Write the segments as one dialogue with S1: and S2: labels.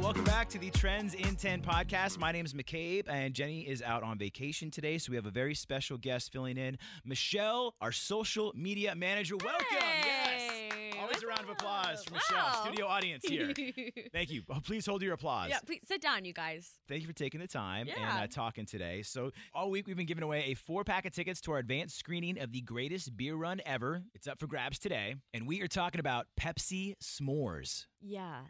S1: Welcome back to the Trends in 10 podcast. My name is McCabe, and Jenny is out on vacation today. So we have a very special guest filling in Michelle, our social media manager. Welcome. Yes.
S2: Hey,
S1: Always
S2: what's
S1: a round of applause for
S2: up?
S1: Michelle,
S2: Wow.
S1: studio audience here. Thank you. Oh, please hold your applause.
S2: Yeah, please sit down, you guys.
S1: Thank you for taking the time
S2: Yeah.
S1: and uh, talking today. So, all week we've been giving away a four pack of tickets to our advanced screening of the greatest beer run ever. It's up for grabs today. And we are talking about Pepsi S'mores.
S2: Yeah.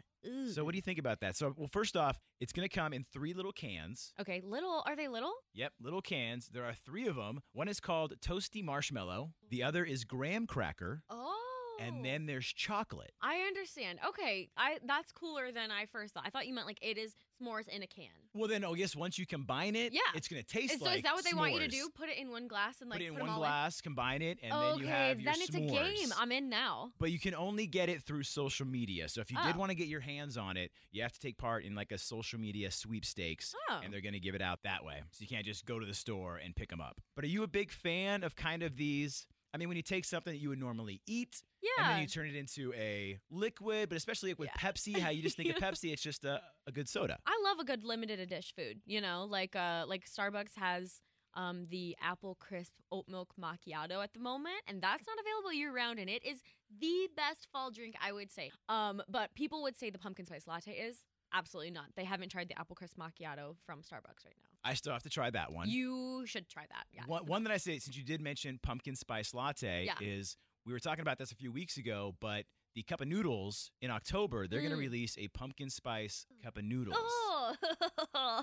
S1: So, what do you think about that? So, well, first off, it's going to come in three little cans.
S2: Okay, little are they little?
S1: Yep, little cans. There are three of them. One is called Toasty Marshmallow, the other is Graham Cracker,
S2: Oh.
S1: and then there's chocolate.
S2: I understand. Okay, I that's cooler than I first thought. I thought you meant like it is s'mores in a can.
S1: Well, then, oh, guess once you combine it,
S2: Yeah.
S1: it's going to taste
S2: Is, so
S1: like
S2: is that what they want you to
S1: s'mores.
S2: do? Put it in one glass and like
S1: Put it in
S2: 'em
S1: one
S2: all
S1: glass, combine it, and
S2: okay,
S1: then you have your
S2: then it's
S1: s'mores.
S2: a game. I'm in now.
S1: But you can only get it through social media. So if you did
S2: Oh.
S1: want to get your hands on it, you have to take part in like a social media sweepstakes.
S2: Oh.
S1: And they're going to give it out that way. So you can't just go to the store and pick them up. But are you a big fan of kind of these? I mean, when you take something that you would normally eat and
S2: Yeah.
S1: then you turn it into a liquid, but especially like with Pepsi, how you just think of Pepsi, it's just a, a good soda.
S2: I love a good limited edition food. You know, like uh, like Starbucks has um the apple crisp oat milk macchiato at the moment, and that's not available year round, and it is the best fall drink I would say. Um, but people would say the pumpkin spice latte is absolutely not. They haven't tried the apple crisp macchiato from Starbucks right now.
S1: I still have to try that one.
S2: You should try that. Yeah.
S1: One, one that I say, since you did mention pumpkin spice latte,
S2: Yeah.
S1: is we were talking about this a few weeks ago, but the cup of noodles in October, they're going to
S2: Mm.
S1: release a pumpkin spice cup of noodles.
S2: Oh.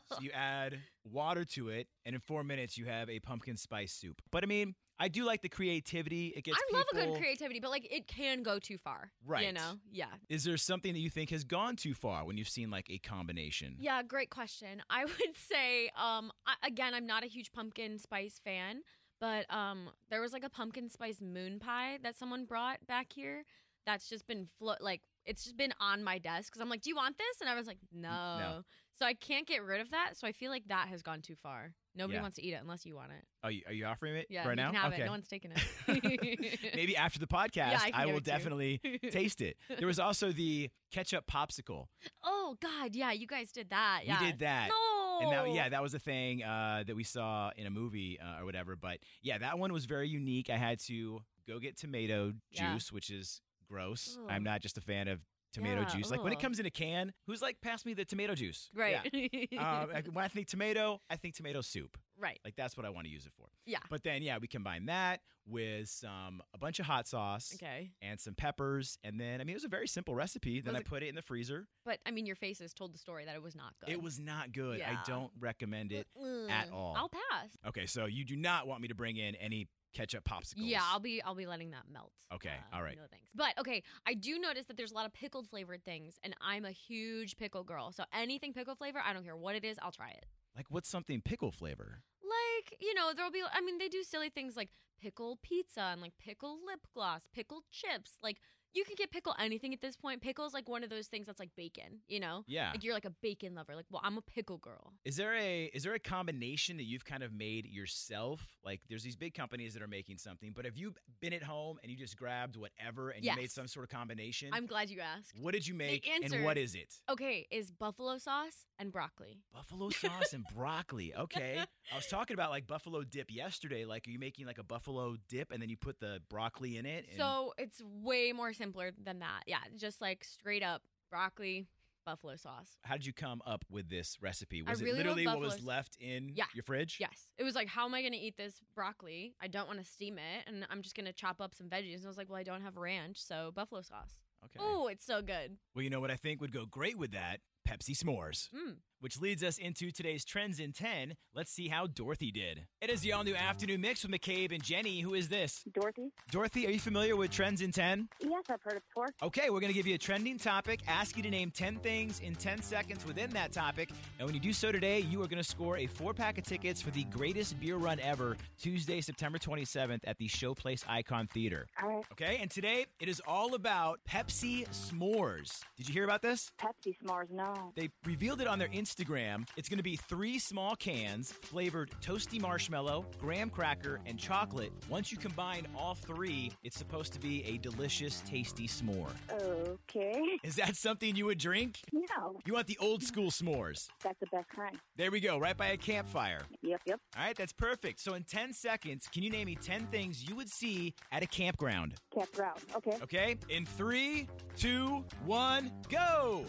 S1: So you add water to it, and in four minutes, you have a pumpkin spice soup. But I mean, I do like the creativity. It gets
S2: I love a
S1: people-
S2: good creativity, but like it can go too far. You
S1: Right.
S2: know? Yeah.
S1: Is there something that you think has gone too far when you've seen like a combination?
S2: Yeah, great question. I would say, um, I, again, I'm not a huge pumpkin spice fan, but um, there was like a pumpkin spice moon pie that someone brought back here. That's just been flo- like it's just been on my desk because I'm like, do you want this? And I was like, no.
S1: no.
S2: So I can't get rid of that. So I feel like that has gone too far. Nobody
S1: Yeah.
S2: wants to eat it unless you want it.
S1: Are you, are you offering it
S2: Yeah,
S1: right
S2: you
S1: now?
S2: can have
S1: okay.
S2: it. No one's taking it.
S1: Maybe after the podcast,
S2: Yeah, I can
S1: I
S2: give
S1: will
S2: it to you.
S1: definitely taste it. There was also the ketchup popsicle.
S2: oh God, yeah, you guys did that. Yeah,
S1: We did that.
S2: No.
S1: And that, yeah, that was a thing uh, that we saw in a movie uh, or whatever. But yeah, that one was very unique. I had to go get tomato
S2: Yeah.
S1: juice, which is gross.
S2: Ugh.
S1: I'm not just a fan of tomato
S2: Yeah,
S1: juice. Like when it
S2: ugh.
S1: comes in a can, who's like, pass me the tomato juice?
S2: Right.
S1: Yeah. um, like, when I think tomato, I think tomato soup.
S2: right.
S1: Like that's what I want to use it for.
S2: Yeah.
S1: But then, yeah, we combine that with some a bunch of hot sauce
S2: Okay.
S1: and some peppers, and then I mean it was a very simple recipe. Then I
S2: Was it-
S1: put it in the freezer.
S2: But I mean, your faces told the story that it was not good.
S1: It was not good. I
S2: Yeah.
S1: don't recommend it
S2: Mm-mm.
S1: at all.
S2: I'll pass.
S1: Okay, so you do not want me to bring in any ketchup popsicles.
S2: Yeah, I'll be I'll be letting that melt. Uh,
S1: Okay, all right.
S2: No thanks. But okay, I do notice that there's a lot of pickled flavored things, and I'm a huge pickle girl. So anything pickle flavor, I don't care what it is, I'll try it.
S1: like what's something pickle flavor?
S2: Like you know, there'll be. I mean, they do silly things like pickle pizza and like pickle lip gloss, pickle chips. Like you can get pickle anything at this point. Pickle's like one of those things that's like bacon. You know.
S1: Yeah.
S2: Like you're like a bacon lover. Like, well, I'm a pickle girl.
S1: Is there a is there a combination that you've kind of made yourself? Like there's these big companies that are making something, but have you been at home and you just grabbed whatever and
S2: Yes.
S1: you made some sort of combination?
S2: I'm glad you asked.
S1: what did you make and
S2: answer-
S1: what is it?
S2: Okay, is buffalo sauce and broccoli.
S1: Buffalo sauce and broccoli. Okay. I was talking about like buffalo dip yesterday. Like are you making like a buffalo dip and then you put the broccoli in it? And
S2: So it's way more simpler than that. Yeah, just like straight up broccoli, buffalo sauce.
S1: how did you come up with this recipe?
S2: I
S1: Was it
S2: really love
S1: literally what
S2: buffalo
S1: was
S2: s-
S1: left in
S2: Yeah.
S1: your fridge?
S2: Yes. It was like, how am I going to eat this broccoli? I don't want to steam it. And I'm just going to chop up some veggies. And I was like, well, I don't have ranch. So buffalo sauce.
S1: Okay.
S2: Oh, it's so good.
S1: Well, you know what I think would go great with that? Pepsi s'mores.
S2: Mm.
S1: Which leads us into today's Trends in 10. Let's see how Dorothy did. It is the all new afternoon mix with McCabe and Jenny. Who is this?
S3: Dorothy?
S1: Dorothy, are you familiar with Trends in 10?
S3: Yes, I've heard it before.
S1: Okay, we're going to give you a trending topic, ask you to name 10 things in 10 seconds within that topic. And when you do so today, you are going to score a four pack of tickets for the greatest beer run ever, Tuesday, September 27th at the Showplace Icon Theater.
S3: All right.
S1: Okay, and today it is all about Pepsi s'mores. Did you hear about this?
S3: Pepsi S'mores, no.
S1: They revealed it on their Instagram. It's going to be three small cans flavored toasty marshmallow, graham cracker, and chocolate. Once you combine all three, it's supposed to be a delicious, tasty s'more.
S3: Okay.
S1: Is that something you would drink?
S3: No,
S1: You want the old school s'mores.
S3: that's the best kind.
S1: There we go, right by a campfire.
S3: Yep, yep.
S1: All right, that's perfect. So, in 10 seconds, can you name me 10 things you would see at a campground?
S3: Cat brown. Okay.
S1: Okay? In three, two, one, go!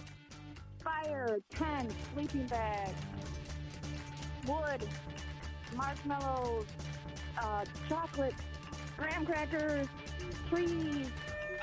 S3: Fire, tent, sleeping bag, wood, marshmallows, uh, chocolate, graham crackers, trees.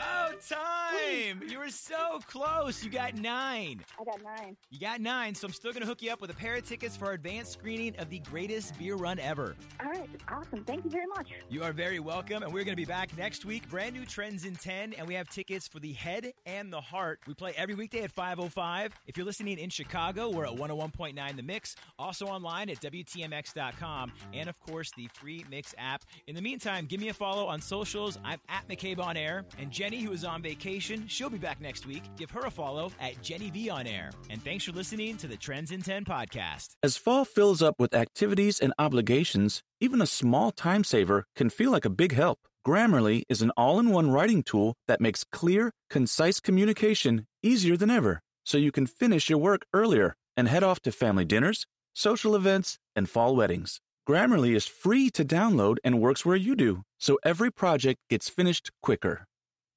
S1: Oh, time! You were so close. You got nine.
S3: I got nine.
S1: You got nine, so I'm still going to hook you up with a pair of tickets for our advanced screening of the greatest beer run ever.
S3: All right. Awesome. Thank you very much.
S1: You are very welcome, and we're going to be back next week. Brand new trends in 10, and we have tickets for the head and the heart. We play every weekday at 5.05. If you're listening in Chicago, we're at 101.9 The Mix, also online at WTMX.com, and of course, the free Mix app. In the meantime, give me a follow on socials. I'm at McCabe On Air, and Jenny, who is on vacation, she'll be back next week. Give her a follow at Jenny V On Air. And thanks for listening to the Trends in 10 podcast.
S4: As fall fills up with activities and obligations, even a small time saver can feel like a big help. Grammarly is an all in one writing tool that makes clear, concise communication easier than ever, so you can finish your work earlier and head off to family dinners, social events, and fall weddings. Grammarly is free to download and works where you do, so every project gets finished quicker.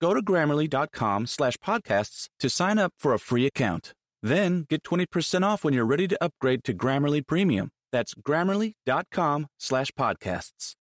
S4: Go to grammarly.com slash podcasts to sign up for a free account. Then get 20% off when you're ready to upgrade to Grammarly Premium. That's grammarly.com slash podcasts.